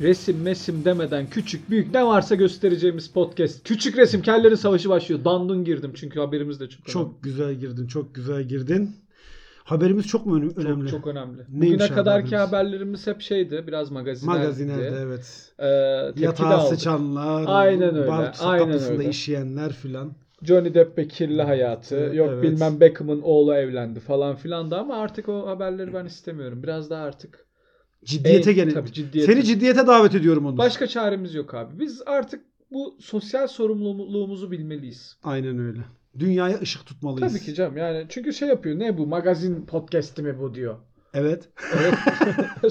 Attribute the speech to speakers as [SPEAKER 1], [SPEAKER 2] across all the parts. [SPEAKER 1] resim mesim demeden küçük büyük ne varsa göstereceğimiz podcast. Küçük resim kellerin savaşı başlıyor. Dandun girdim çünkü haberimiz de çok, önemli.
[SPEAKER 2] Çok güzel girdin, çok güzel girdin. Haberimiz çok mu önem- önemli?
[SPEAKER 1] Çok, çok önemli.
[SPEAKER 2] Neymiş
[SPEAKER 1] Bugüne
[SPEAKER 2] abi
[SPEAKER 1] kadarki
[SPEAKER 2] haberimiz?
[SPEAKER 1] haberlerimiz hep şeydi biraz magazineldi.
[SPEAKER 2] Magazinerde evet.
[SPEAKER 1] Ee, tepki de
[SPEAKER 2] Yatağa
[SPEAKER 1] aldık.
[SPEAKER 2] sıçanlar,
[SPEAKER 1] Aynen öyle,
[SPEAKER 2] bar kapısında
[SPEAKER 1] aynen öyle.
[SPEAKER 2] işeyenler filan.
[SPEAKER 1] Johnny Depp'e kirli hayatı.
[SPEAKER 2] Evet,
[SPEAKER 1] Yok
[SPEAKER 2] evet.
[SPEAKER 1] bilmem Beckham'ın oğlu evlendi falan filan da ama artık o haberleri ben istemiyorum. Biraz daha artık.
[SPEAKER 2] Ciddiyete
[SPEAKER 1] Ey,
[SPEAKER 2] gelin.
[SPEAKER 1] Tabii ciddiyete.
[SPEAKER 2] Seni ciddiyete davet ediyorum onu.
[SPEAKER 1] Başka çaremiz yok abi. Biz artık bu sosyal sorumluluğumuzu bilmeliyiz.
[SPEAKER 2] Aynen öyle. Dünyaya ışık tutmalıyız.
[SPEAKER 1] Tabii ki canım yani çünkü şey yapıyor ne bu magazin podcast'i mi bu diyor.
[SPEAKER 2] Evet.
[SPEAKER 1] Evet.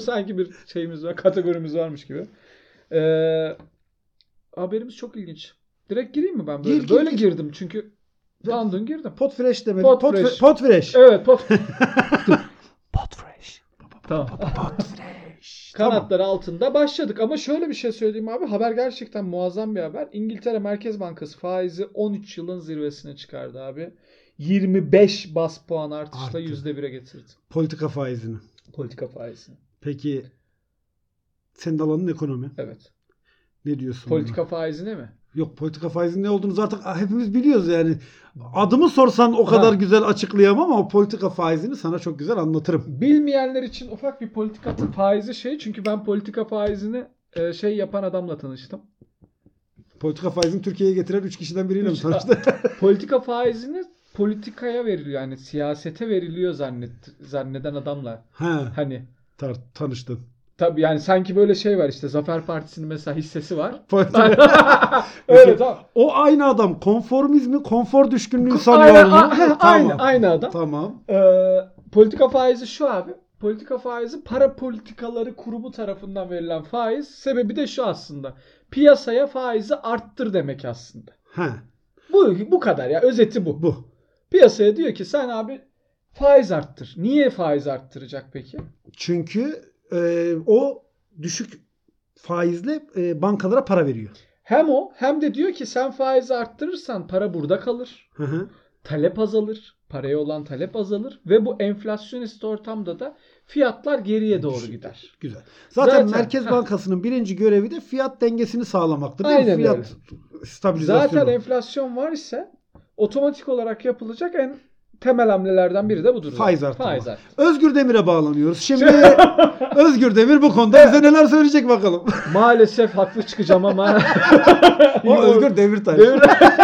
[SPEAKER 1] Sanki bir şeyimiz var kategorimiz varmış gibi. Ee, haberimiz çok ilginç. Direkt gireyim mi ben böyle?
[SPEAKER 2] Gir, gir,
[SPEAKER 1] böyle
[SPEAKER 2] gir.
[SPEAKER 1] girdim çünkü dandun girdim.
[SPEAKER 2] Potfresh demedim.
[SPEAKER 1] Pot
[SPEAKER 2] Potfresh.
[SPEAKER 1] fresh.
[SPEAKER 2] Potfresh.
[SPEAKER 1] Evet pot.
[SPEAKER 2] Potfresh.
[SPEAKER 1] tamam.
[SPEAKER 2] Potfresh. Tamam.
[SPEAKER 1] Kanatları altında başladık ama şöyle bir şey söyleyeyim abi haber gerçekten muazzam bir haber. İngiltere Merkez Bankası faizi 13 yılın zirvesine çıkardı abi. 25 bas puan artışla
[SPEAKER 2] Arttı.
[SPEAKER 1] %1'e getirdi
[SPEAKER 2] Politika faizini.
[SPEAKER 1] politika faizini.
[SPEAKER 2] Peki senin alanın ekonomi.
[SPEAKER 1] Evet.
[SPEAKER 2] Ne diyorsun? buna?
[SPEAKER 1] Politika faizine mi?
[SPEAKER 2] Yok politika faizinin ne olduğunu artık hepimiz biliyoruz yani. Adımı sorsan o kadar
[SPEAKER 1] Ha.
[SPEAKER 2] güzel açıklayamam ama politika faizini sana çok güzel anlatırım.
[SPEAKER 1] Bilmeyenler için ufak bir politika faizi şey çünkü ben politika faizini e, şey yapan adamla tanıştım.
[SPEAKER 2] Politika faizini Türkiye'ye getiren 3 kişiden biriyle mi
[SPEAKER 1] Üç-
[SPEAKER 2] tanıştı?
[SPEAKER 1] Politika faizini politikaya veriliyor yani siyasete veriliyor zannet zanneden adamla.
[SPEAKER 2] He,
[SPEAKER 1] Hani
[SPEAKER 2] tar- tanıştın.
[SPEAKER 1] Tabii yani sanki böyle şey var işte Zafer Partisi'nin mesela hissesi var.
[SPEAKER 2] Politika-
[SPEAKER 1] Öyle tamam.
[SPEAKER 2] o aynı adam konformizmi, konfor düşkünlüğü sanıyor
[SPEAKER 1] Aynen,
[SPEAKER 2] mu?
[SPEAKER 1] a-
[SPEAKER 2] Tamam.
[SPEAKER 1] aynı, aynı adam.
[SPEAKER 2] Tamam.
[SPEAKER 1] Ee, politika faizi şu abi. Politika faizi para politikaları kurumu tarafından verilen faiz. Sebebi de şu aslında. Piyasaya faizi arttır demek aslında.
[SPEAKER 2] He,
[SPEAKER 1] Bu, bu kadar ya özeti bu.
[SPEAKER 2] bu.
[SPEAKER 1] Piyasaya diyor ki sen abi faiz arttır. Niye faiz arttıracak peki?
[SPEAKER 2] Çünkü e, o düşük faizle e, bankalara para veriyor.
[SPEAKER 1] Hem o hem de diyor ki sen faizi arttırırsan para burada kalır.
[SPEAKER 2] Hı hı.
[SPEAKER 1] talep azalır. Paraya olan talep azalır ve bu enflasyonist ortamda da fiyatlar geriye doğru gider.
[SPEAKER 2] Güzel. Zaten,
[SPEAKER 1] Zaten-
[SPEAKER 2] Merkez
[SPEAKER 1] Heh.
[SPEAKER 2] Bankasının birinci görevi de fiyat dengesini sağlamaktır. değil mi?
[SPEAKER 1] Aynen
[SPEAKER 2] fiyat
[SPEAKER 1] öyle.
[SPEAKER 2] stabilizasyonu.
[SPEAKER 1] Zaten enflasyon var ise otomatik olarak yapılacak en temel hamlelerden biri de budur. zaten.
[SPEAKER 2] Faiz artırma.
[SPEAKER 1] Faiz artırma.
[SPEAKER 2] Özgür Demir'e bağlanıyoruz. Şimdi Özgür Demir bu konuda bize neler söyleyecek bakalım.
[SPEAKER 1] Maalesef haklı çıkacağım ama.
[SPEAKER 2] o Özgür Demirtaş.
[SPEAKER 1] Devre-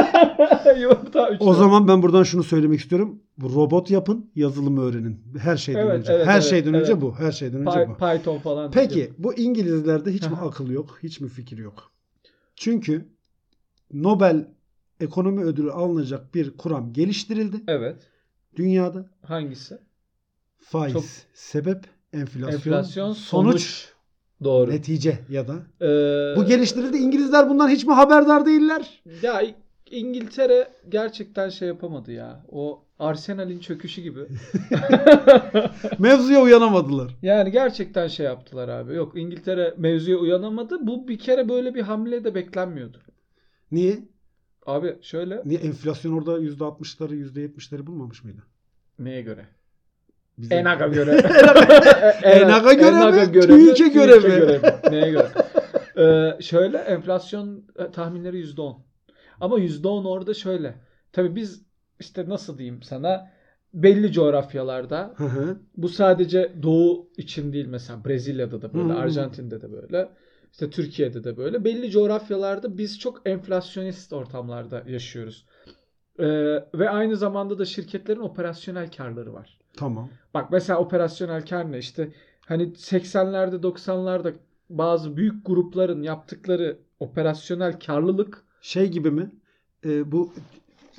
[SPEAKER 1] Yumurta üçlü.
[SPEAKER 2] O zaman ben buradan şunu söylemek istiyorum. Bu Robot yapın, yazılımı öğrenin. Her şeyden
[SPEAKER 1] Evet,
[SPEAKER 2] önce.
[SPEAKER 1] evet,
[SPEAKER 2] Her
[SPEAKER 1] evet,
[SPEAKER 2] şeyden önce
[SPEAKER 1] evet.
[SPEAKER 2] bu. Her şeyden önce
[SPEAKER 1] Py-
[SPEAKER 2] bu.
[SPEAKER 1] Python falan.
[SPEAKER 2] Peki bu İngilizlerde hiç mi
[SPEAKER 1] Aha.
[SPEAKER 2] akıl yok? Hiç mi fikir yok? Çünkü Nobel Ekonomi Ödülü alınacak bir kuram geliştirildi
[SPEAKER 1] Evet.
[SPEAKER 2] dünyada.
[SPEAKER 1] Hangisi?
[SPEAKER 2] Faiz,
[SPEAKER 1] Çok-
[SPEAKER 2] sebep, enflasyon,
[SPEAKER 1] Enflasyon, sonuç.
[SPEAKER 2] sonuç,
[SPEAKER 1] Doğru.
[SPEAKER 2] netice ya da
[SPEAKER 1] Ee,
[SPEAKER 2] bu geliştirildi. İngilizler bundan hiç mi haberdar değiller?
[SPEAKER 1] Ya İ- İngiltere gerçekten şey yapamadı ya. O Arsenal'in çöküşü gibi.
[SPEAKER 2] Mevzuya uyanamadılar.
[SPEAKER 1] Yani gerçekten şey yaptılar abi. Yok İngiltere mevzuya uyanamadı. Bu bir kere böyle bir hamle de beklenmiyordu.
[SPEAKER 2] Niye?
[SPEAKER 1] Abi şöyle
[SPEAKER 2] Niye enflasyon orada %60'ları, %70'leri bulmamış mıydı?
[SPEAKER 1] neye göre?
[SPEAKER 2] Bize-
[SPEAKER 1] Enag'a göre.
[SPEAKER 2] Enag'a göre mi?
[SPEAKER 1] Enag'a
[SPEAKER 2] TÜİK'e göre
[SPEAKER 1] TÜİK'e
[SPEAKER 2] mi?
[SPEAKER 1] mi? Neye göre? Ee, şöyle enflasyon e, tahminleri %10. Ama %10 orada şöyle. Tabii biz işte nasıl diyeyim sana belli coğrafyalarda
[SPEAKER 2] Hı hı.
[SPEAKER 1] Bu sadece doğu için değil mesela Brezilya'da da böyle,
[SPEAKER 2] Hmm.
[SPEAKER 1] Arjantin'de de böyle, işte Türkiye'de de böyle. Belli coğrafyalarda biz çok enflasyonist ortamlarda yaşıyoruz. Ee, ve aynı zamanda da şirketlerin operasyonel karları var.
[SPEAKER 2] Tamam.
[SPEAKER 1] Bak mesela operasyonel kar ne işte hani 80'lerde 90'larda bazı büyük grupların yaptıkları operasyonel karlılık
[SPEAKER 2] Şey gibi mi? Ee, bu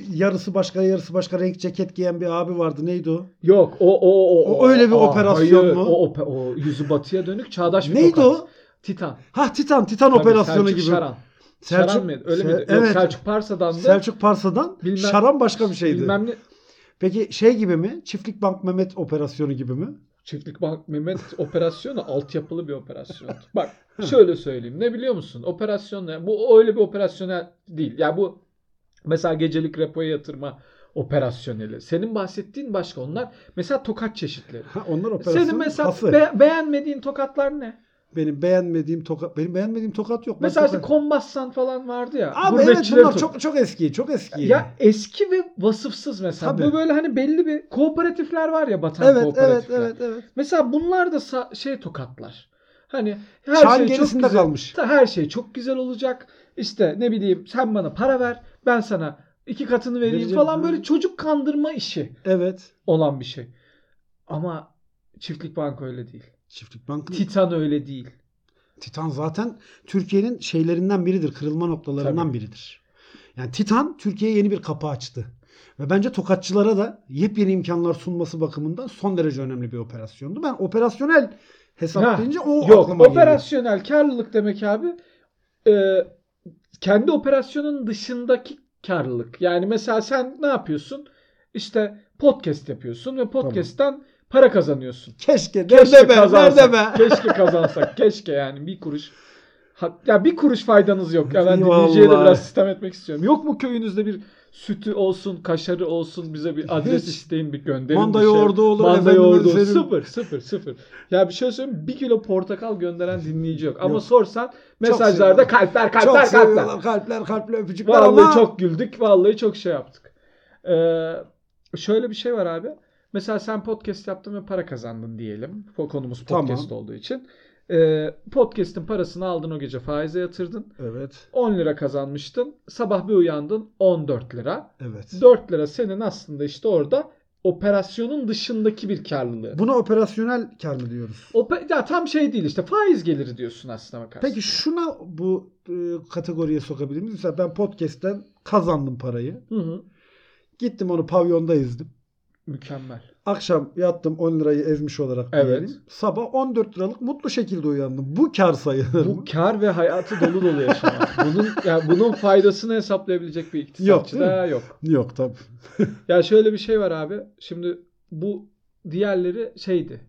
[SPEAKER 2] yarısı başka yarısı başka renk ceket giyen bir abi vardı. Neydi o?
[SPEAKER 1] yok o o o,
[SPEAKER 2] O öyle bir operasyon
[SPEAKER 1] hayır,
[SPEAKER 2] mu?
[SPEAKER 1] O, ope- o yüzü batıya dönük çağdaş bir
[SPEAKER 2] Neydi
[SPEAKER 1] tokat.
[SPEAKER 2] o?
[SPEAKER 1] Titan.
[SPEAKER 2] Ha Titan. Titan
[SPEAKER 1] Tabii,
[SPEAKER 2] operasyonu
[SPEAKER 1] Selçuk
[SPEAKER 2] gibi.
[SPEAKER 1] Şaran.
[SPEAKER 2] Selçuk-
[SPEAKER 1] Şaran mıydı? Öyle
[SPEAKER 2] Se-
[SPEAKER 1] miydi? Yok,
[SPEAKER 2] Evet. Selçuk,
[SPEAKER 1] Selçuk Parsa'dan da
[SPEAKER 2] Parsa'dan
[SPEAKER 1] Bilmem-
[SPEAKER 2] Şaran başka bir şeydi.
[SPEAKER 1] bilmem ne
[SPEAKER 2] Peki şey gibi mi? Çiftlik Bank Mehmet operasyonu gibi mi?
[SPEAKER 1] Çiftlik Bank Mehmet operasyonu altyapılı bir operasyondu. Bak şöyle söyleyeyim. Ne biliyor musun? Operasyon ne? Bu öyle bir operasyonel değil. Ya bu mesela gecelik repoya yatırma operasyoneli. Senin bahsettiğin başka onlar. Mesela tokat çeşitleri.
[SPEAKER 2] Ha, onlar operasyon.
[SPEAKER 1] Senin mesela
[SPEAKER 2] hası.
[SPEAKER 1] be- beğenmediğin tokatlar ne?
[SPEAKER 2] Benim beğenmediğim tokat benim beğenmediğim tokat yok. Ben
[SPEAKER 1] Mesela işte
[SPEAKER 2] tokat-
[SPEAKER 1] Kombassan falan vardı ya.
[SPEAKER 2] Abi evet
[SPEAKER 1] gurbetçileri
[SPEAKER 2] bunlar
[SPEAKER 1] tut-
[SPEAKER 2] çok çok eski, çok eski.
[SPEAKER 1] Ya eski ve vasıfsız mesela.
[SPEAKER 2] Tabii.
[SPEAKER 1] Bu böyle hani belli bir kooperatifler var ya batan
[SPEAKER 2] evet, evet,
[SPEAKER 1] kooperatifler.
[SPEAKER 2] evet, evet.
[SPEAKER 1] Mesela bunlar da sa- şey tokatlar. Hani her
[SPEAKER 2] Çağın
[SPEAKER 1] şey çok
[SPEAKER 2] gerisinde
[SPEAKER 1] güzel.
[SPEAKER 2] kalmış.
[SPEAKER 1] Ta- Her şey çok güzel olacak. İşte ne bileyim sen bana para ver, ben sana iki katını vereyim
[SPEAKER 2] Vereceğim,
[SPEAKER 1] falan
[SPEAKER 2] ha.
[SPEAKER 1] böyle çocuk kandırma işi
[SPEAKER 2] Evet.
[SPEAKER 1] olan bir şey. Ama Çiftlik Bank öyle değil.
[SPEAKER 2] Çiftlik Bank'ın
[SPEAKER 1] Titan öyle değil.
[SPEAKER 2] Titan zaten Türkiye'nin şeylerinden biridir. Kırılma noktalarından
[SPEAKER 1] Tabii.
[SPEAKER 2] biridir. Yani Titan Türkiye'ye yeni bir kapı açtı. Ve bence tokatçılara da yepyeni imkanlar sunması bakımından son derece önemli bir operasyondu. Ben operasyonel hesaplayınca o
[SPEAKER 1] Yok,
[SPEAKER 2] aklıma geliyor.
[SPEAKER 1] operasyonel karlılık demek abi e, kendi operasyonun dışındaki karlılık. Yani mesela sen ne yapıyorsun? İşte podcast yapıyorsun ve podcast'ten para kazanıyorsun.
[SPEAKER 2] Keşke,
[SPEAKER 1] Keşke
[SPEAKER 2] nerede be,
[SPEAKER 1] kazansak.
[SPEAKER 2] nerede be.
[SPEAKER 1] Keşke kazansak. keşke yani bir kuruş. Ha- ya bir kuruş faydanız yok. Ya ben
[SPEAKER 2] İyi
[SPEAKER 1] dinleyiciye de
[SPEAKER 2] vallahi.
[SPEAKER 1] biraz sistem etmek istiyorum. Yok mu köyünüzde bir sütü olsun, kaşarı olsun bize bir adres
[SPEAKER 2] Hiç.
[SPEAKER 1] isteyin bir gönderin.
[SPEAKER 2] Manda
[SPEAKER 1] bir şey.
[SPEAKER 2] yoğurdu olur,
[SPEAKER 1] Manda
[SPEAKER 2] efendim
[SPEAKER 1] yoğurdu olur.
[SPEAKER 2] efendim.
[SPEAKER 1] Sıfır, sıfır, sıfır. Ya bir şey söyleyeyim. Bir kilo portakal gönderen dinleyici yok. Ama
[SPEAKER 2] Yok.
[SPEAKER 1] sorsan mesajlarda
[SPEAKER 2] seviyorum.
[SPEAKER 1] kalpler,
[SPEAKER 2] Çok
[SPEAKER 1] kalpler, kalpler.
[SPEAKER 2] seviyorlar. Kalpler, kalpler, öpücükler
[SPEAKER 1] Vallahi
[SPEAKER 2] ama
[SPEAKER 1] çok güldük. Vallahi çok şey yaptık. Ee, şöyle bir şey var abi. Mesela sen podcast yaptın ve para kazandın diyelim. Bu Konumuz podcast
[SPEAKER 2] Tamam.
[SPEAKER 1] olduğu için. Ee, podcast'in parasını aldın o gece faize yatırdın.
[SPEAKER 2] Evet,
[SPEAKER 1] 10 lira kazanmıştın. Sabah bir uyandın 14 lira.
[SPEAKER 2] evet.
[SPEAKER 1] 4 lira senin aslında işte orada operasyonun dışındaki bir karlılığı.
[SPEAKER 2] Buna operasyonel kar mı diyoruz?
[SPEAKER 1] Ope- ya tam şey değil işte faiz geliri diyorsun aslına bakarsın.
[SPEAKER 2] Peki şuna bu e, kategoriye sokabilir miyiz? Mesela ben podcast'ten kazandım parayı.
[SPEAKER 1] Hı hı.
[SPEAKER 2] Gittim onu pavyonda ezdim.
[SPEAKER 1] Mükemmel.
[SPEAKER 2] Akşam yattım 10 lirayı ezmiş olarak
[SPEAKER 1] Evet.
[SPEAKER 2] diyelim. Sabah 14 liralık mutlu şekilde uyandım. Bu kar sayılır
[SPEAKER 1] Bu
[SPEAKER 2] mı?
[SPEAKER 1] kar ve hayatı dolu dolu yaşamak. Bunun yani bunun faydasını hesaplayabilecek bir iktisatçı
[SPEAKER 2] Yok, değil
[SPEAKER 1] da yok.
[SPEAKER 2] Yok tabii.
[SPEAKER 1] Ya şöyle bir şey var abi. Şimdi bu diğerleri şeydi.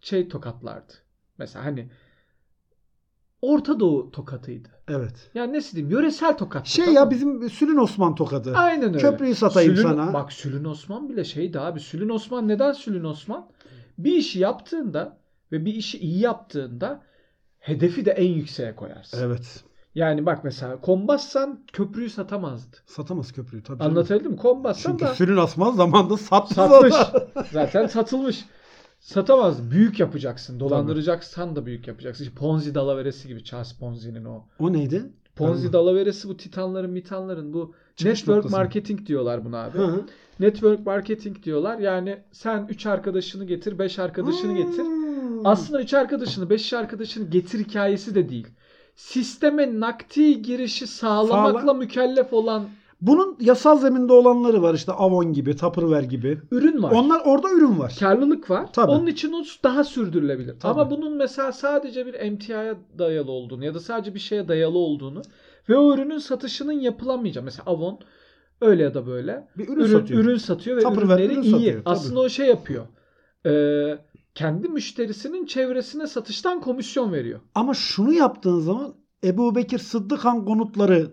[SPEAKER 1] Şey tokatlardı. Mesela hani Orta Doğu tokatıydı.
[SPEAKER 2] Evet.
[SPEAKER 1] Yani nasıl diyeyim? Yöresel tokat.
[SPEAKER 2] Şey
[SPEAKER 1] tamam
[SPEAKER 2] ya
[SPEAKER 1] mı?
[SPEAKER 2] bizim Sülün Osman tokadı.
[SPEAKER 1] Aynen öyle.
[SPEAKER 2] Köprüyü satayım
[SPEAKER 1] Sülün-
[SPEAKER 2] sana.
[SPEAKER 1] Bak Sülün Osman bile şeydi abi. Sülün Osman neden Sülün Osman? Bir işi yaptığında ve bir işi iyi yaptığında hedefi de en yükseğe koyarsın.
[SPEAKER 2] Evet.
[SPEAKER 1] Yani bak mesela Kombassan köprüyü satamazdı.
[SPEAKER 2] Satamaz köprüyü tabii. canım.
[SPEAKER 1] Anlatabildim mi? Kombassan
[SPEAKER 2] Çünkü
[SPEAKER 1] da
[SPEAKER 2] Sülün Osman zamanında sattı.
[SPEAKER 1] satmış.
[SPEAKER 2] zaten.
[SPEAKER 1] Zaten satılmış. Satamazdı. Büyük yapacaksın. Dolandıracaksan da büyük yapacaksın. İşte Ponzi dalaveresi gibi Charles Ponzi'nin o.
[SPEAKER 2] O neydi?
[SPEAKER 1] Ponzi
[SPEAKER 2] Anladım.
[SPEAKER 1] dalaveresi bu titanların, mitanların bu
[SPEAKER 2] Çıkış
[SPEAKER 1] network
[SPEAKER 2] noktası.
[SPEAKER 1] marketing diyorlar buna abi.
[SPEAKER 2] Hı hı.
[SPEAKER 1] Network marketing diyorlar. Yani sen 3 arkadaşını getir, 5 arkadaşını getir.
[SPEAKER 2] Hmm.
[SPEAKER 1] Aslında 3 arkadaşını, 5 arkadaşını getir hikayesi de değil. Sisteme nakdi girişi sağlamakla
[SPEAKER 2] Sağla-
[SPEAKER 1] mükellef olan
[SPEAKER 2] Bunun yasal zeminde olanları var işte Avon gibi, Tupperware gibi.
[SPEAKER 1] ürün var.
[SPEAKER 2] Onlar orada ürün var.
[SPEAKER 1] Karlılık var.
[SPEAKER 2] Tabii.
[SPEAKER 1] Onun için o daha sürdürülebilir.
[SPEAKER 2] Tabii.
[SPEAKER 1] Ama bunun mesela sadece bir MTI'ye dayalı olduğunu ya da sadece bir şeye dayalı olduğunu ve o ürünün satışının yapılamayacağı. Mesela Avon öyle ya da böyle
[SPEAKER 2] Bir ürün,
[SPEAKER 1] ürün,
[SPEAKER 2] satıyor.
[SPEAKER 1] ürün satıyor ve
[SPEAKER 2] Tupperware
[SPEAKER 1] ürünleri
[SPEAKER 2] ürün
[SPEAKER 1] iyi.
[SPEAKER 2] satıyor, tabii.
[SPEAKER 1] Aslında o şey yapıyor. Ee, kendi müşterisinin çevresine satıştan komisyon veriyor.
[SPEAKER 2] Ama şunu yaptığın zaman Ebu Bekir Sıddıkhan konutları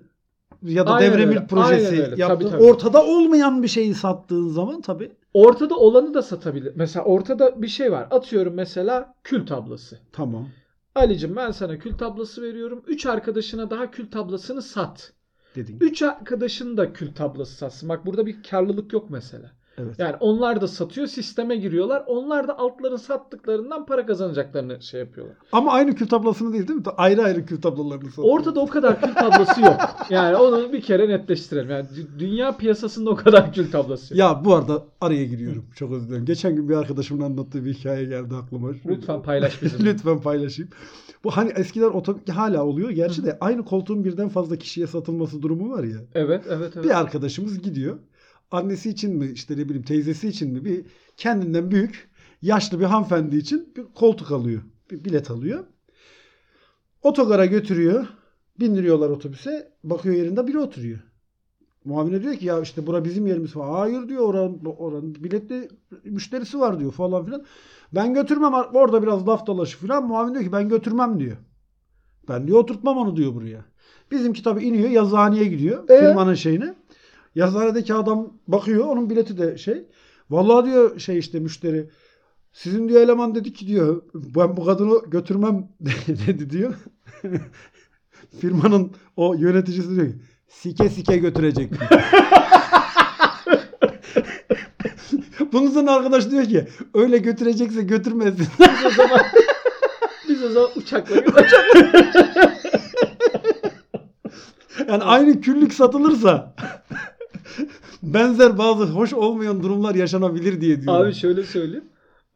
[SPEAKER 2] ya da
[SPEAKER 1] Aynen
[SPEAKER 2] Devremil
[SPEAKER 1] öyle,
[SPEAKER 2] projesi
[SPEAKER 1] aynen öyle.
[SPEAKER 2] yaptığın,
[SPEAKER 1] Tabii, tabii.
[SPEAKER 2] ortada olmayan bir şeyi sattığın zaman tabii
[SPEAKER 1] Ortada olanı da satabilir. Mesela ortada bir şey var. Atıyorum mesela kül tablası.
[SPEAKER 2] tamam.
[SPEAKER 1] Ali'cim ben sana kül tablası veriyorum. Üç arkadaşına daha kül tablasını sat.
[SPEAKER 2] Dedin.
[SPEAKER 1] Üç arkadaşın da kül tablası satsın. Bak burada bir karlılık yok mesela.
[SPEAKER 2] Evet.
[SPEAKER 1] Yani onlar da satıyor, sisteme giriyorlar. Onlar da altların sattıklarından para kazanacaklarını şey yapıyorlar.
[SPEAKER 2] Ama aynı kül tablasını değil değil mi? Ayrı ayrı kül tablalarını satıyor.
[SPEAKER 1] Ortada o kadar kül tablası yok. Yani onu bir kere netleştirelim. Yani dü- dünya piyasasında o kadar kül tablası şey yok.
[SPEAKER 2] Ya bu arada araya giriyorum. Çok özür dilerim. Geçen gün bir arkadaşımın anlattığı bir hikaye geldi aklıma.
[SPEAKER 1] Lütfen paylaş bizimle.
[SPEAKER 2] Lütfen paylaşayım. Bu hani eskiden otobüs hala oluyor. Gerçi de aynı koltuğun birden fazla kişiye satılması durumu var ya.
[SPEAKER 1] Evet, evet, evet.
[SPEAKER 2] Bir arkadaşımız gidiyor. Annesi için mi işte ne bileyim teyzesi için mi bir kendinden büyük yaşlı bir hanımefendi için bir koltuk alıyor. Bir bilet alıyor. Otogara götürüyor. Bindiriyorlar otobüse. Bakıyor yerinde biri oturuyor. Muavine diyor ki ya işte bura bizim yerimiz falan. Hayır diyor oranın, oranın biletli müşterisi var diyor falan filan. Ben götürmem orada biraz laf dalaşı filan. Muavin diyor ki ben götürmem diyor. Ben diyor oturtmam onu diyor buraya. Bizimki tabii iniyor yazıhaneye gidiyor.
[SPEAKER 1] Ee?
[SPEAKER 2] Firmanın şeyine. Yazıhanedeki adam bakıyor onun bileti de şey. Vallahi diyor şey işte müşteri Sizin diyor eleman dedi ki diyor ben bu kadını götürmem dedi diyor. Firmanın o yöneticisi diyor ki, sike sike götürecek. diyor. Bunun sonra arkadaş diyor ki öyle götürecekse götürmesin.
[SPEAKER 1] Biz o zaman biz o zaman uçakla gidelim.
[SPEAKER 2] Yani aynı küllük satılırsa benzer bazı hoş olmayan durumlar yaşanabilir diye diyor.
[SPEAKER 1] Abi şöyle söyleyeyim.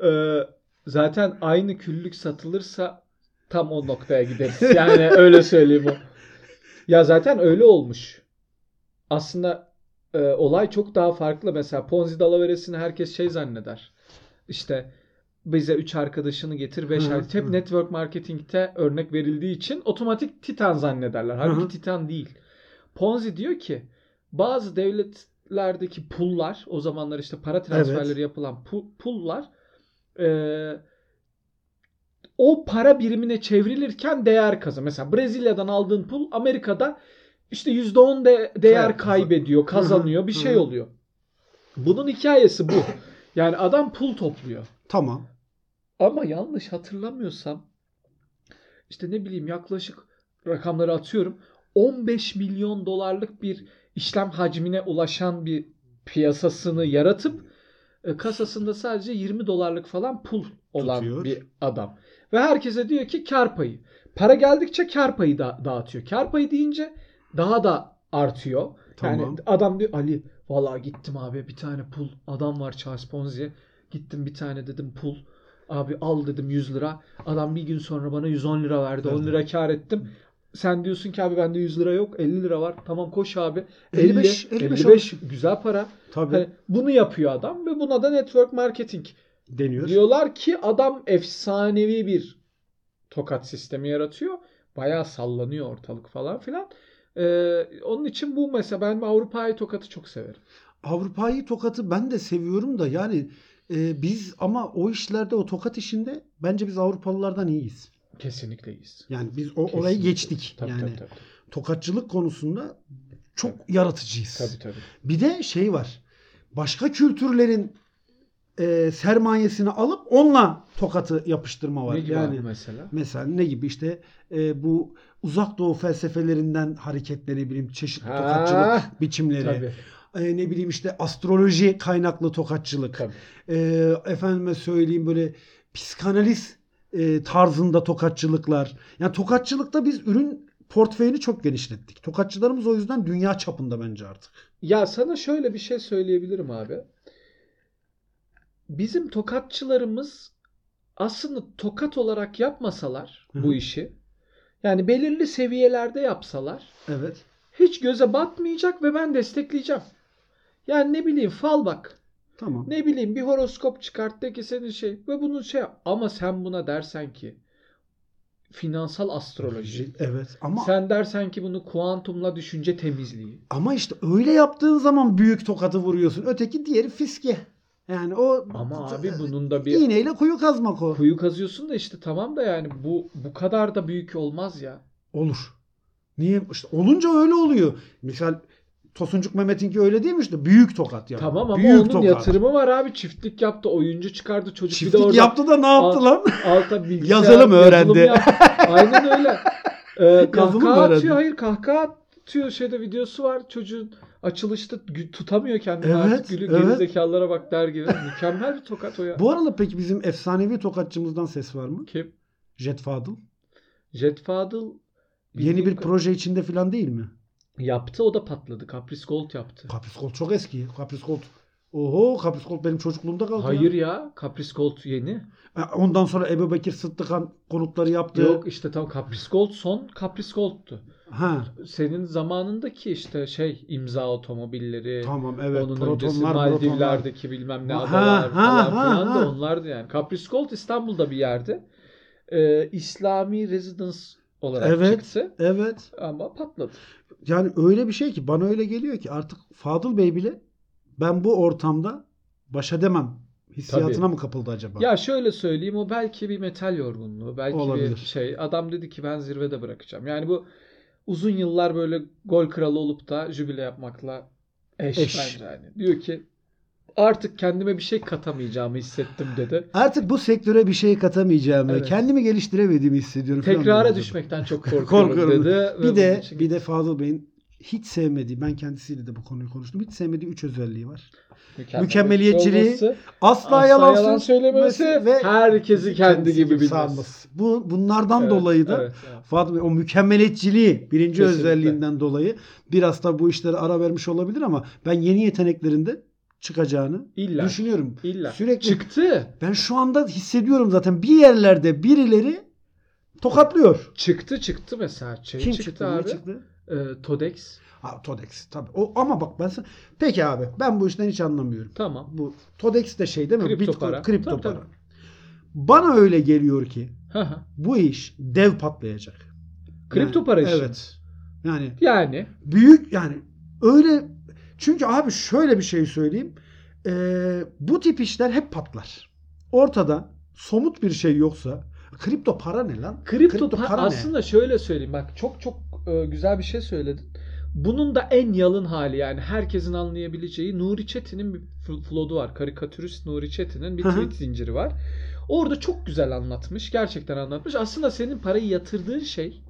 [SPEAKER 1] Ee, zaten aynı küllük satılırsa tam o noktaya gideriz. Yani öyle söyleyeyim o. Ya zaten öyle olmuş. Aslında e, olay çok daha farklı. Mesela Ponzi dalaveresini herkes şey zanneder. İşte bize 3 arkadaşını getir 5
[SPEAKER 2] Hı hı,
[SPEAKER 1] arkadaş. Hep
[SPEAKER 2] hı.
[SPEAKER 1] network marketingte örnek verildiği için otomatik titan zannederler.
[SPEAKER 2] Hı hı.
[SPEAKER 1] Halbuki titan değil. Ponzi diyor ki bazı devletlerdeki pullar o zamanlar işte para transferleri
[SPEAKER 2] Evet.
[SPEAKER 1] yapılan pu- pullar e, o para birimine çevrilirken değer kazan. Mesela Brezilya'dan aldığın pul Amerika'da işte %10 de değer
[SPEAKER 2] Kay-
[SPEAKER 1] kaybediyor,
[SPEAKER 2] Hı
[SPEAKER 1] kazanıyor,
[SPEAKER 2] hı,
[SPEAKER 1] bir
[SPEAKER 2] hı
[SPEAKER 1] şey
[SPEAKER 2] hı.
[SPEAKER 1] oluyor. Bunun hikayesi bu. Yani adam pul topluyor.
[SPEAKER 2] Tamam.
[SPEAKER 1] Ama yanlış hatırlamıyorsam işte ne bileyim yaklaşık rakamları atıyorum. 15 milyon dolarlık bir işlem hacmine ulaşan bir piyasasını yaratıp e, kasasında sadece 20 dolarlık falan pul olan
[SPEAKER 2] Tutuyor.
[SPEAKER 1] bir adam. Ve herkese diyor ki kar payı. Para geldikçe kar payı da dağıtıyor. Kar payı deyince daha da artıyor.
[SPEAKER 2] Tamam.
[SPEAKER 1] Yani adam diyor Ali vallahi gittim abi bir tane pul adam var Charles Ponzi. Gittim bir tane dedim pul. Abi al dedim 100 lira. Adam bir gün sonra bana 110 lira verdi. 10
[SPEAKER 2] Verdi.
[SPEAKER 1] lira kar ettim. Sen diyorsun ki abi bende 100 lira yok. 50 lira var. Tamam koş abi.
[SPEAKER 2] 55,
[SPEAKER 1] 50,
[SPEAKER 2] 55
[SPEAKER 1] güzel para.
[SPEAKER 2] Tabii
[SPEAKER 1] Hani bunu yapıyor adam ve buna da network marketing.
[SPEAKER 2] deniyor.
[SPEAKER 1] Diyorlar ki adam efsanevi bir tokat sistemi yaratıyor. Bayağı sallanıyor ortalık falan filan. Ee, onun için bu mesela ben Avrupa'yı tokatı çok severim.
[SPEAKER 2] Avrupa'yı tokatı ben de seviyorum da yani e, biz ama o işlerde o tokat işinde bence biz Avrupalılardan iyiyiz.
[SPEAKER 1] Kesinlikle iyiyiz.
[SPEAKER 2] Yani biz o,
[SPEAKER 1] Kesinlikle.
[SPEAKER 2] orayı geçtik.
[SPEAKER 1] Tabii,
[SPEAKER 2] yani
[SPEAKER 1] tabii, tabii, tabii.
[SPEAKER 2] tokatçılık konusunda çok
[SPEAKER 1] Tabii.
[SPEAKER 2] yaratıcıyız.
[SPEAKER 1] Tabii, tabii.
[SPEAKER 2] Bir de şey var. Başka kültürlerin e, sermayesini alıp onunla tokatı yapıştırma var.
[SPEAKER 1] Ne gibi
[SPEAKER 2] yani
[SPEAKER 1] abi mesela?
[SPEAKER 2] mesela ne gibi işte e, bu uzak doğu felsefelerinden hareketleri bileyim çeşitli
[SPEAKER 1] Ha,
[SPEAKER 2] tokatçılık biçimleri.
[SPEAKER 1] Tabii,
[SPEAKER 2] E, ne bileyim işte astroloji kaynaklı tokatçılık.
[SPEAKER 1] tabii.
[SPEAKER 2] e, efendime söyleyeyim böyle psikanaliz e, tarzında tokatçılıklar. Yani tokatçılıkta biz ürün portföyünü çok genişlettik. Tokatçılarımız o yüzden dünya çapında bence artık.
[SPEAKER 1] Ya sana şöyle bir şey söyleyebilirim abi. Bizim tokatçılarımız aslında tokat olarak yapmasalar
[SPEAKER 2] Hı hı.
[SPEAKER 1] bu işi yani belirli seviyelerde yapsalar
[SPEAKER 2] Evet.
[SPEAKER 1] hiç göze batmayacak ve ben destekleyeceğim. Yani ne bileyim fal bak.
[SPEAKER 2] Tamam.
[SPEAKER 1] Ne bileyim bir horoskop çıkart de ki senin şey ve bunun şey yap. ama sen buna dersen ki finansal astroloji.
[SPEAKER 2] Evet. Ama
[SPEAKER 1] Sen dersen ki bunu kuantumla düşünce temizliği.
[SPEAKER 2] ama işte öyle yaptığın zaman büyük tokatı vuruyorsun. Öteki diğeri fiske. Yani o
[SPEAKER 1] Ama abi bunun da bir
[SPEAKER 2] iğneyle kuyu kazmak o.
[SPEAKER 1] kuyu kazıyorsun da işte tamam da yani bu bu kadar da büyük olmaz ya.
[SPEAKER 2] Olur. Niye? İşte olunca öyle oluyor. Misal Tosuncuk Mehmet'inki öyle değil mi işte? Büyük tokat yani.
[SPEAKER 1] Tamam ama
[SPEAKER 2] Büyük
[SPEAKER 1] onun
[SPEAKER 2] tokat.
[SPEAKER 1] yatırımı var abi. Çiftlik yaptı, oyuncu çıkardı, çocuk bir de
[SPEAKER 2] Çiftlik
[SPEAKER 1] orada
[SPEAKER 2] yaptı da ne yaptı
[SPEAKER 1] Al-
[SPEAKER 2] lan?
[SPEAKER 1] alta bilgisayar
[SPEAKER 2] Yazılım öğrendi.
[SPEAKER 1] yazılım yaptı. Aynen öyle. Ee,
[SPEAKER 2] Yazılım
[SPEAKER 1] kahkaha
[SPEAKER 2] öğrendi.
[SPEAKER 1] atıyor. Hayır kahkaha atıyor. Şeyde videosu var. Çocuğun açılışta gü- tutamıyor kendini
[SPEAKER 2] Evet,
[SPEAKER 1] artık gülü
[SPEAKER 2] evet.
[SPEAKER 1] geri zekalara bak der gibi. Mükemmel bir tokat o ya.
[SPEAKER 2] Bu arada peki bizim efsanevi tokatçımızdan ses var mı?
[SPEAKER 1] Kim?
[SPEAKER 2] Jet Fadıl.
[SPEAKER 1] Jet Fadıl
[SPEAKER 2] Yeni bir
[SPEAKER 1] bildiğim-
[SPEAKER 2] proje içinde falan değil mi?
[SPEAKER 1] yaptı o da patladı. Kapris Gold yaptı.
[SPEAKER 2] Kapris Kolt çok eski. Kapris Kolt. Oho Kapris Kolt benim çocukluğumda kaldı.
[SPEAKER 1] Hayır
[SPEAKER 2] ya.
[SPEAKER 1] ya. Kapris Gold yeni.
[SPEAKER 2] Ha, Ondan sonra Ebu Bekir Sıddıkan konukları yaptı.
[SPEAKER 1] Yok işte tam Kapris Gold son Kapris Gold'tu.
[SPEAKER 2] Ha.
[SPEAKER 1] Senin zamanındaki işte şey imza otomobilleri,
[SPEAKER 2] Tamam evet.
[SPEAKER 1] E, onun öncesi
[SPEAKER 2] protonlar, protonlar.
[SPEAKER 1] Maldivler'deki bilmem ne
[SPEAKER 2] Ha,
[SPEAKER 1] adalar
[SPEAKER 2] ha,
[SPEAKER 1] falan
[SPEAKER 2] ha,
[SPEAKER 1] filan
[SPEAKER 2] ha.
[SPEAKER 1] da onlardı yani. Kapris Gold İstanbul'da bir yerde. Ee, İslami Residence olarak
[SPEAKER 2] Evet.
[SPEAKER 1] çıktı
[SPEAKER 2] Evet.
[SPEAKER 1] ama patladı.
[SPEAKER 2] Yani öyle bir şey ki bana öyle geliyor ki artık Fadıl Bey bile ben bu ortamda baş edemem hissiyatına
[SPEAKER 1] Tabii.
[SPEAKER 2] mı kapıldı acaba?
[SPEAKER 1] Ya şöyle söyleyeyim o belki bir metal yorgunluğu, belki
[SPEAKER 2] Olabilir.
[SPEAKER 1] bir şey. Adam dedi ki ben zirvede bırakacağım. Yani bu uzun yıllar böyle gol kralı olup da jübile yapmakla eş,
[SPEAKER 2] Eş.
[SPEAKER 1] bence yani. Diyor ki artık kendime bir şey katamayacağımı hissettim dedi.
[SPEAKER 2] Artık bu sektöre bir şey katamayacağımı,
[SPEAKER 1] Evet.
[SPEAKER 2] kendimi geliştiremediğimi hissediyorum. falan
[SPEAKER 1] Tekrara
[SPEAKER 2] dedim.
[SPEAKER 1] düşmekten çok korkuyorum,
[SPEAKER 2] Korkuyorum.
[SPEAKER 1] dedi. ve bunun
[SPEAKER 2] Bir de
[SPEAKER 1] için-
[SPEAKER 2] bir de Fadıl Bey'in hiç sevmediği, ben kendisiyle de bu konuyu konuştum. Hiç sevmediği üç özelliği var. mükemmeliyetçiliği,
[SPEAKER 1] olması,
[SPEAKER 2] Asla,
[SPEAKER 1] asla
[SPEAKER 2] yalan,
[SPEAKER 1] yalan, söylemesi ve
[SPEAKER 2] ve
[SPEAKER 1] herkesi kendi gibi bilmesi.
[SPEAKER 2] sanması. Bu bunlardan
[SPEAKER 1] Evet,
[SPEAKER 2] dolayı da
[SPEAKER 1] evet, evet.
[SPEAKER 2] Fadıl Bey o mükemmeliyetçiliği birinci
[SPEAKER 1] Kesinlikle.
[SPEAKER 2] özelliğinden dolayı biraz da bu işlere ara vermiş olabilir ama ben yeni yeteneklerinde çıkacağını
[SPEAKER 1] İlla.
[SPEAKER 2] düşünüyorum.
[SPEAKER 1] İlla.
[SPEAKER 2] Sürekli
[SPEAKER 1] Çıktı.
[SPEAKER 2] ben şu anda hissediyorum zaten bir yerlerde birileri tokatlıyor.
[SPEAKER 1] Çıktı çıktı mesela. Şey
[SPEAKER 2] Kim
[SPEAKER 1] çıktı,
[SPEAKER 2] çıktı, ne
[SPEAKER 1] abi.
[SPEAKER 2] çıktı?
[SPEAKER 1] Ee, Todex.
[SPEAKER 2] Ha, Todex tabii. O, ama bak ben sana... Peki abi ben bu işten hiç anlamıyorum.
[SPEAKER 1] Tamam.
[SPEAKER 2] Bu Todex de şey değil mi?
[SPEAKER 1] Kripto
[SPEAKER 2] Bitcoin-
[SPEAKER 1] para.
[SPEAKER 2] Kripto
[SPEAKER 1] Tabii,
[SPEAKER 2] para.
[SPEAKER 1] tabii.
[SPEAKER 2] Bana öyle geliyor ki
[SPEAKER 1] Hı hı.
[SPEAKER 2] bu iş dev patlayacak.
[SPEAKER 1] Kripto
[SPEAKER 2] Yani-
[SPEAKER 1] para işi.
[SPEAKER 2] Evet. Yani
[SPEAKER 1] Yani
[SPEAKER 2] büyük yani öyle çünkü abi şöyle bir şey söyleyeyim. Ee, bu tip işler hep patlar. Ortada somut bir şey yoksa kripto para ne lan?
[SPEAKER 1] kripto, pa-
[SPEAKER 2] ne?
[SPEAKER 1] aslında şöyle söyleyeyim bak çok çok e, güzel bir şey söyledin. Bunun da en yalın hali yani herkesin anlayabileceği Nuri Çetin'in bir fl- flodu var. Karikatürist Nuri Çetin'in bir
[SPEAKER 2] Hı hı.
[SPEAKER 1] tweet zinciri var. Orada çok güzel anlatmış. Gerçekten anlatmış. Aslında senin parayı yatırdığın şey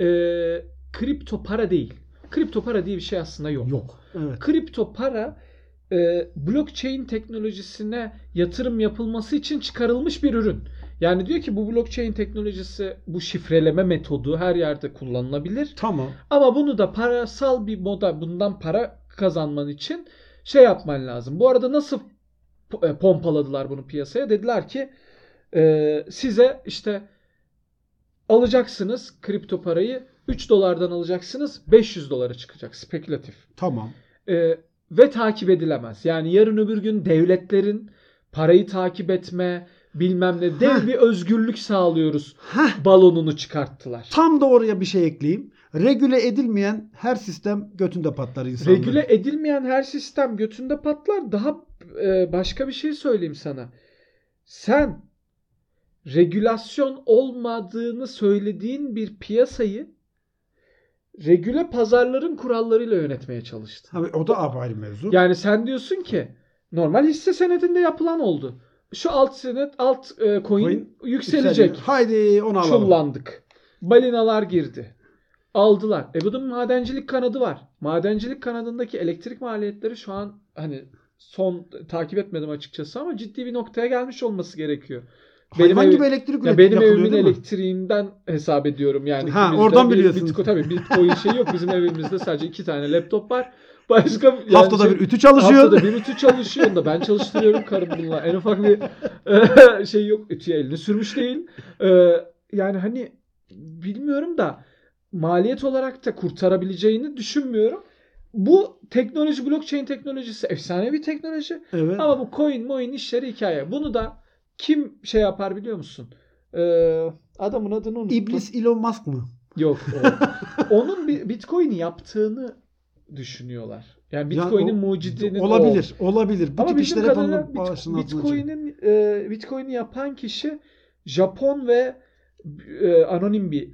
[SPEAKER 1] e, kripto para değil. Kripto para diye bir şey aslında yok.
[SPEAKER 2] yok. Evet.
[SPEAKER 1] Kripto para e, blockchain teknolojisine yatırım yapılması için çıkarılmış bir ürün. Yani diyor ki bu blockchain teknolojisi bu şifreleme metodu her yerde kullanılabilir.
[SPEAKER 2] Tamam.
[SPEAKER 1] Ama bunu da parasal bir moda bundan para kazanman için şey yapman lazım. Bu arada nasıl p- e, pompaladılar bunu piyasaya? Dediler ki e, size işte alacaksınız kripto parayı 3 dolardan alacaksınız 500 dolara çıkacak spekülatif.
[SPEAKER 2] Tamam.
[SPEAKER 1] Ee, ve takip edilemez. Yani yarın öbür gün devletlerin parayı takip etme bilmem ne dev
[SPEAKER 2] Heh.
[SPEAKER 1] bir özgürlük sağlıyoruz
[SPEAKER 2] Heh.
[SPEAKER 1] balonunu çıkarttılar.
[SPEAKER 2] Tam da oraya bir şey ekleyeyim. Regüle edilmeyen her sistem götünde patlar insanların.
[SPEAKER 1] Regüle e- edilmeyen her sistem götünde patlar. Daha e, başka bir şey söyleyeyim sana. Sen regülasyon olmadığını söylediğin bir piyasayı regüle pazarların kurallarıyla yönetmeye çalıştın.
[SPEAKER 2] Abi, o da apayrı mevzu.
[SPEAKER 1] Yani sen diyorsun ki normal hisse senedinde yapılan oldu. Şu alt senet alt e, coin,
[SPEAKER 2] Coin
[SPEAKER 1] yükselecek.
[SPEAKER 2] Yükseliyor. Haydi onu alalım.
[SPEAKER 1] Çullandık. Balinalar girdi. Aldılar. E bunun madencilik kanadı var. Madencilik kanadındaki elektrik maliyetleri şu an hani son takip etmedim açıkçası ama ciddi bir noktaya gelmiş olması gerekiyor.
[SPEAKER 2] Hayvan
[SPEAKER 1] Benim ev-
[SPEAKER 2] gibi elektrik
[SPEAKER 1] Ya
[SPEAKER 2] üret-
[SPEAKER 1] benim
[SPEAKER 2] yakılıyor
[SPEAKER 1] evimin
[SPEAKER 2] değil mi?
[SPEAKER 1] elektriğinden hesap ediyorum yani.
[SPEAKER 2] Ha,
[SPEAKER 1] İkimizde
[SPEAKER 2] oradan
[SPEAKER 1] bir
[SPEAKER 2] biliyorsun.
[SPEAKER 1] Bitcoin, tabii Bitcoin şey yok. Bizim evimizde sadece iki tane laptop var. Başka yani
[SPEAKER 2] Haftada
[SPEAKER 1] şey-
[SPEAKER 2] bir ütü çalışıyor.
[SPEAKER 1] Haftada bir ütü çalışıyor da ben çalıştırıyorum karım bununla. En ufak bir e, şey yok. Ütüye elini sürmüş değil. E, yani hani bilmiyorum da maliyet olarak da kurtarabileceğini düşünmüyorum. Bu teknoloji blockchain teknolojisi efsane bir teknoloji.
[SPEAKER 2] Evet.
[SPEAKER 1] Ama bu coin moin işleri hikaye. Bunu da kim şey yapar biliyor musun? E, adamın adını unuttum.
[SPEAKER 2] İblis Elon Musk mı?
[SPEAKER 1] Yok. o. Onun bir Bitcoin'i yaptığını düşünüyorlar. Yani
[SPEAKER 2] Yani
[SPEAKER 1] Bitcoin'in
[SPEAKER 2] o-
[SPEAKER 1] mucidinin o.
[SPEAKER 2] Olabilir. Olabilir. Bu
[SPEAKER 1] Ama
[SPEAKER 2] tip
[SPEAKER 1] bildiğim
[SPEAKER 2] işler hep
[SPEAKER 1] kadarıyla
[SPEAKER 2] onun
[SPEAKER 1] Bit-
[SPEAKER 2] başına atılacak.
[SPEAKER 1] Bitcoin'in e, Bitcoin'i yapan kişi Japon ve e, anonim bir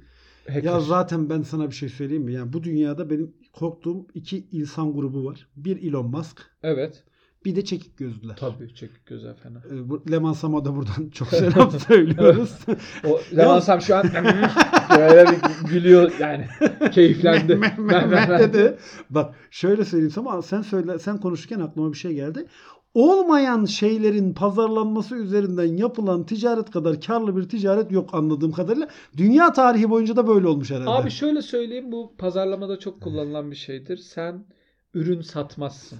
[SPEAKER 1] hacker.
[SPEAKER 2] Ya zaten ben sana bir şey söyleyeyim mi? Yani bu dünyada benim korktuğum iki insan grubu var. Bir Elon Musk,
[SPEAKER 1] Evet.
[SPEAKER 2] bir de çekik gözlüler.
[SPEAKER 1] Tabii çekik göze fena.
[SPEAKER 2] Ee, bu- Leman Sam'a da buradan çok selam söylüyoruz.
[SPEAKER 1] O Levansam şu an böyle bir gülüyor yani. Keyiflendi.
[SPEAKER 2] Meh, meh,
[SPEAKER 1] Ben- ben-
[SPEAKER 2] meh
[SPEAKER 1] ben-
[SPEAKER 2] dedi. Bak şöyle söyleyeyim sana ama sen söyle sen konuşurken aklıma bir şey geldi. Olmayan şeylerin pazarlanması üzerinden yapılan ticaret kadar karlı bir ticaret yok anladığım kadarıyla. Dünya tarihi boyunca da böyle olmuş herhalde.
[SPEAKER 1] Abi şöyle söyleyeyim bu pazarlamada çok kullanılan bir şeydir. Sen ürün satmazsın.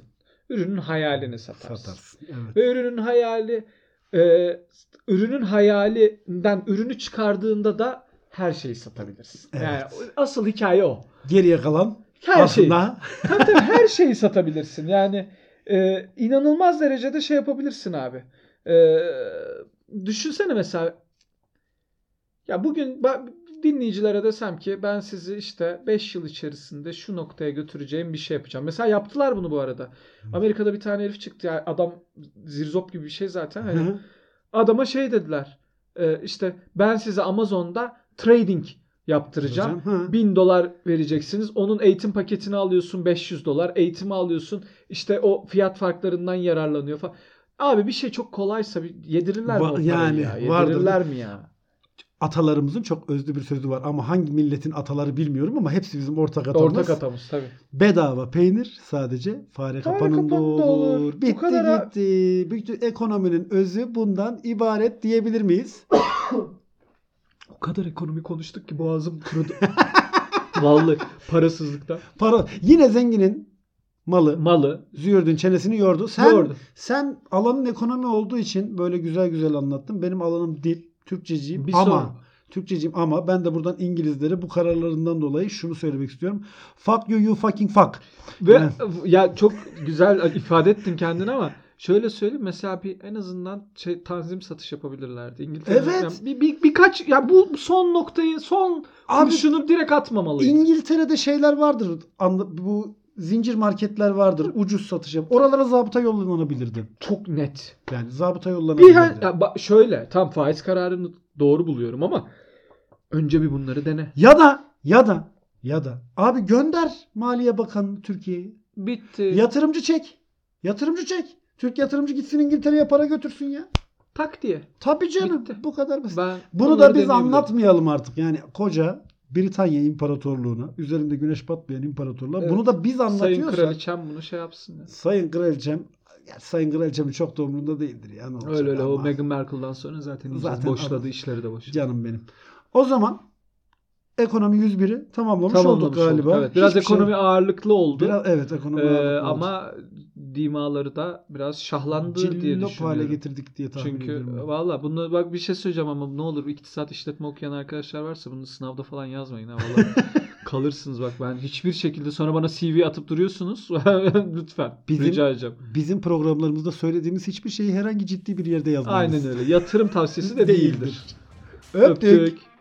[SPEAKER 1] Ürünün hayalini satarsın.
[SPEAKER 2] satarsın. Evet.
[SPEAKER 1] Ve ürünün hayali e, ürünün hayalinden ürünü çıkardığında da her şeyi satabilirsin.
[SPEAKER 2] Evet.
[SPEAKER 1] Yani asıl hikaye o.
[SPEAKER 2] Geriye kalan
[SPEAKER 1] Her şey. şeyi.
[SPEAKER 2] aslında
[SPEAKER 1] Tabii tabii her şeyi satabilirsin. Yani e, inanılmaz derecede şey yapabilirsin abi. E, düşünsene mesela ya bugün ba- dinleyicilere desem ki ben sizi işte 5 yıl içerisinde şu noktaya götüreceğim bir şey yapacağım. Mesela yaptılar bunu bu arada. Amerika'da bir tane herif çıktı. ya adam zirzop gibi bir şey zaten. Hani adama şey dediler. E, işte ben size Amazon'da trading yaptıracağım.
[SPEAKER 2] Ha.
[SPEAKER 1] 1000 dolar vereceksiniz. Onun eğitim paketini alıyorsun 500 dolar. Eğitimi alıyorsun. İşte o fiyat farklarından yararlanıyor falan. Abi bir şey çok kolaysa bir yedirirler mi
[SPEAKER 2] Va-
[SPEAKER 1] o parayı
[SPEAKER 2] yani,
[SPEAKER 1] ya?
[SPEAKER 2] vardır.
[SPEAKER 1] Yedirirler mi ya?
[SPEAKER 2] Atalarımızın çok özlü bir sözü var ama hangi milletin ataları bilmiyorum ama hepsi bizim ortak atamız.
[SPEAKER 1] Ortak atamız tabii.
[SPEAKER 2] Bedava peynir sadece fare kapanında
[SPEAKER 1] kapanında
[SPEAKER 2] olur.
[SPEAKER 1] olur. Bu
[SPEAKER 2] Bitti
[SPEAKER 1] kadar ha-
[SPEAKER 2] gitti. Bütün ekonominin özü bundan ibaret diyebilir miyiz?
[SPEAKER 1] O kadar ekonomi konuştuk ki boğazım kurudu. Vallahi parasızlıktan.
[SPEAKER 2] Para yine zenginin malı
[SPEAKER 1] Malı.
[SPEAKER 2] züğürdün çenesini yordu. Sen
[SPEAKER 1] Yordu.
[SPEAKER 2] sen alanın ekonomi olduğu için böyle güzel güzel anlattın. Benim alanım dil, Türkçeciyim
[SPEAKER 1] Bir
[SPEAKER 2] ama
[SPEAKER 1] sorun.
[SPEAKER 2] Türkçeciyim ama ben de buradan İngilizlere bu kararlarından dolayı şunu söylemek istiyorum. Fuck you you fucking fuck.
[SPEAKER 1] Ve
[SPEAKER 2] Evet.
[SPEAKER 1] ya çok güzel ifade ettin kendini ama şöyle söyleyeyim mesela bir en azından şey, tanzim satış yapabilirlerdi. İngiltere'de
[SPEAKER 2] Evet.
[SPEAKER 1] Yani bir, bir, birkaç ya bu son noktayı son
[SPEAKER 2] Abi
[SPEAKER 1] Abi şunu direkt atmamalıyız.
[SPEAKER 2] İngiltere'de şeyler vardır. Anla- Bu zincir marketler vardır. Ucuz satış yap. Oralara zabıta yollanabilirdi.
[SPEAKER 1] çok net.
[SPEAKER 2] Yani zabıta
[SPEAKER 1] Bir
[SPEAKER 2] yollanabilirdi.
[SPEAKER 1] her- ya bak şöyle tam faiz kararını doğru buluyorum ama önce bir bunları dene.
[SPEAKER 2] Ya da ya da ya da abi gönder Maliye Bakanı Türkiye'ye.
[SPEAKER 1] Bitti.
[SPEAKER 2] Yatırımcı çek. Yatırımcı çek. Türk yatırımcı gitsin İngiltere'ye para götürsün ya.
[SPEAKER 1] tak diye.
[SPEAKER 2] Tabii canım.
[SPEAKER 1] Bitti.
[SPEAKER 2] Bu kadar basit.
[SPEAKER 1] Ben
[SPEAKER 2] Bunu
[SPEAKER 1] bunları
[SPEAKER 2] da biz
[SPEAKER 1] deneyebilirim.
[SPEAKER 2] anlatmayalım artık. Yani koca Britanya İmparatorluğu'na, üzerinde güneş batmayan imparatorluğa
[SPEAKER 1] Evet.
[SPEAKER 2] bunu da biz
[SPEAKER 1] Sayın
[SPEAKER 2] anlatıyorsak
[SPEAKER 1] Kraliçem bunu şey yapsın. ya.
[SPEAKER 2] Sayın Kraliçem ya Sayın Kraliçem'in çok da umurunda değildir ya. ne olacak
[SPEAKER 1] Öyle öyle o
[SPEAKER 2] ama.
[SPEAKER 1] Meghan Markle'dan sonra zaten, iyice
[SPEAKER 2] Zaten
[SPEAKER 1] boşladı
[SPEAKER 2] adam-
[SPEAKER 1] işleri de boşladı.
[SPEAKER 2] Canım benim. O zaman ekonomi 101'i tamamlamış olduk
[SPEAKER 1] Tamamlamış
[SPEAKER 2] galiba.
[SPEAKER 1] Evet, biraz
[SPEAKER 2] Hiçbir şey-
[SPEAKER 1] ekonomi ağırlıklı oldu.
[SPEAKER 2] biraz evet ekonomi
[SPEAKER 1] Ee,
[SPEAKER 2] ağırlıklı oldu.
[SPEAKER 1] ama dimaları da biraz şahlandı diye
[SPEAKER 2] cillop
[SPEAKER 1] düşünüyorum.
[SPEAKER 2] hale getirdik diye tahmin
[SPEAKER 1] Çünkü
[SPEAKER 2] ediyorum. ben.
[SPEAKER 1] valla bunu bak bir şey söyleyeceğim ama ne olur iktisat işletme okuyan arkadaşlar varsa bunu sınavda falan yazmayın ha valla. kalırsınız bak ben hiçbir şekilde sonra bana CV atıp duruyorsunuz. Lütfen
[SPEAKER 2] Bizim-
[SPEAKER 1] rica edeceğim.
[SPEAKER 2] Bizim programlarımızda söylediğimiz hiçbir şeyi herhangi ciddi bir yerde yazmayız.
[SPEAKER 1] Aynen öyle. Yatırım tavsiyesi de değildir.
[SPEAKER 2] Öptük.
[SPEAKER 1] Öptük.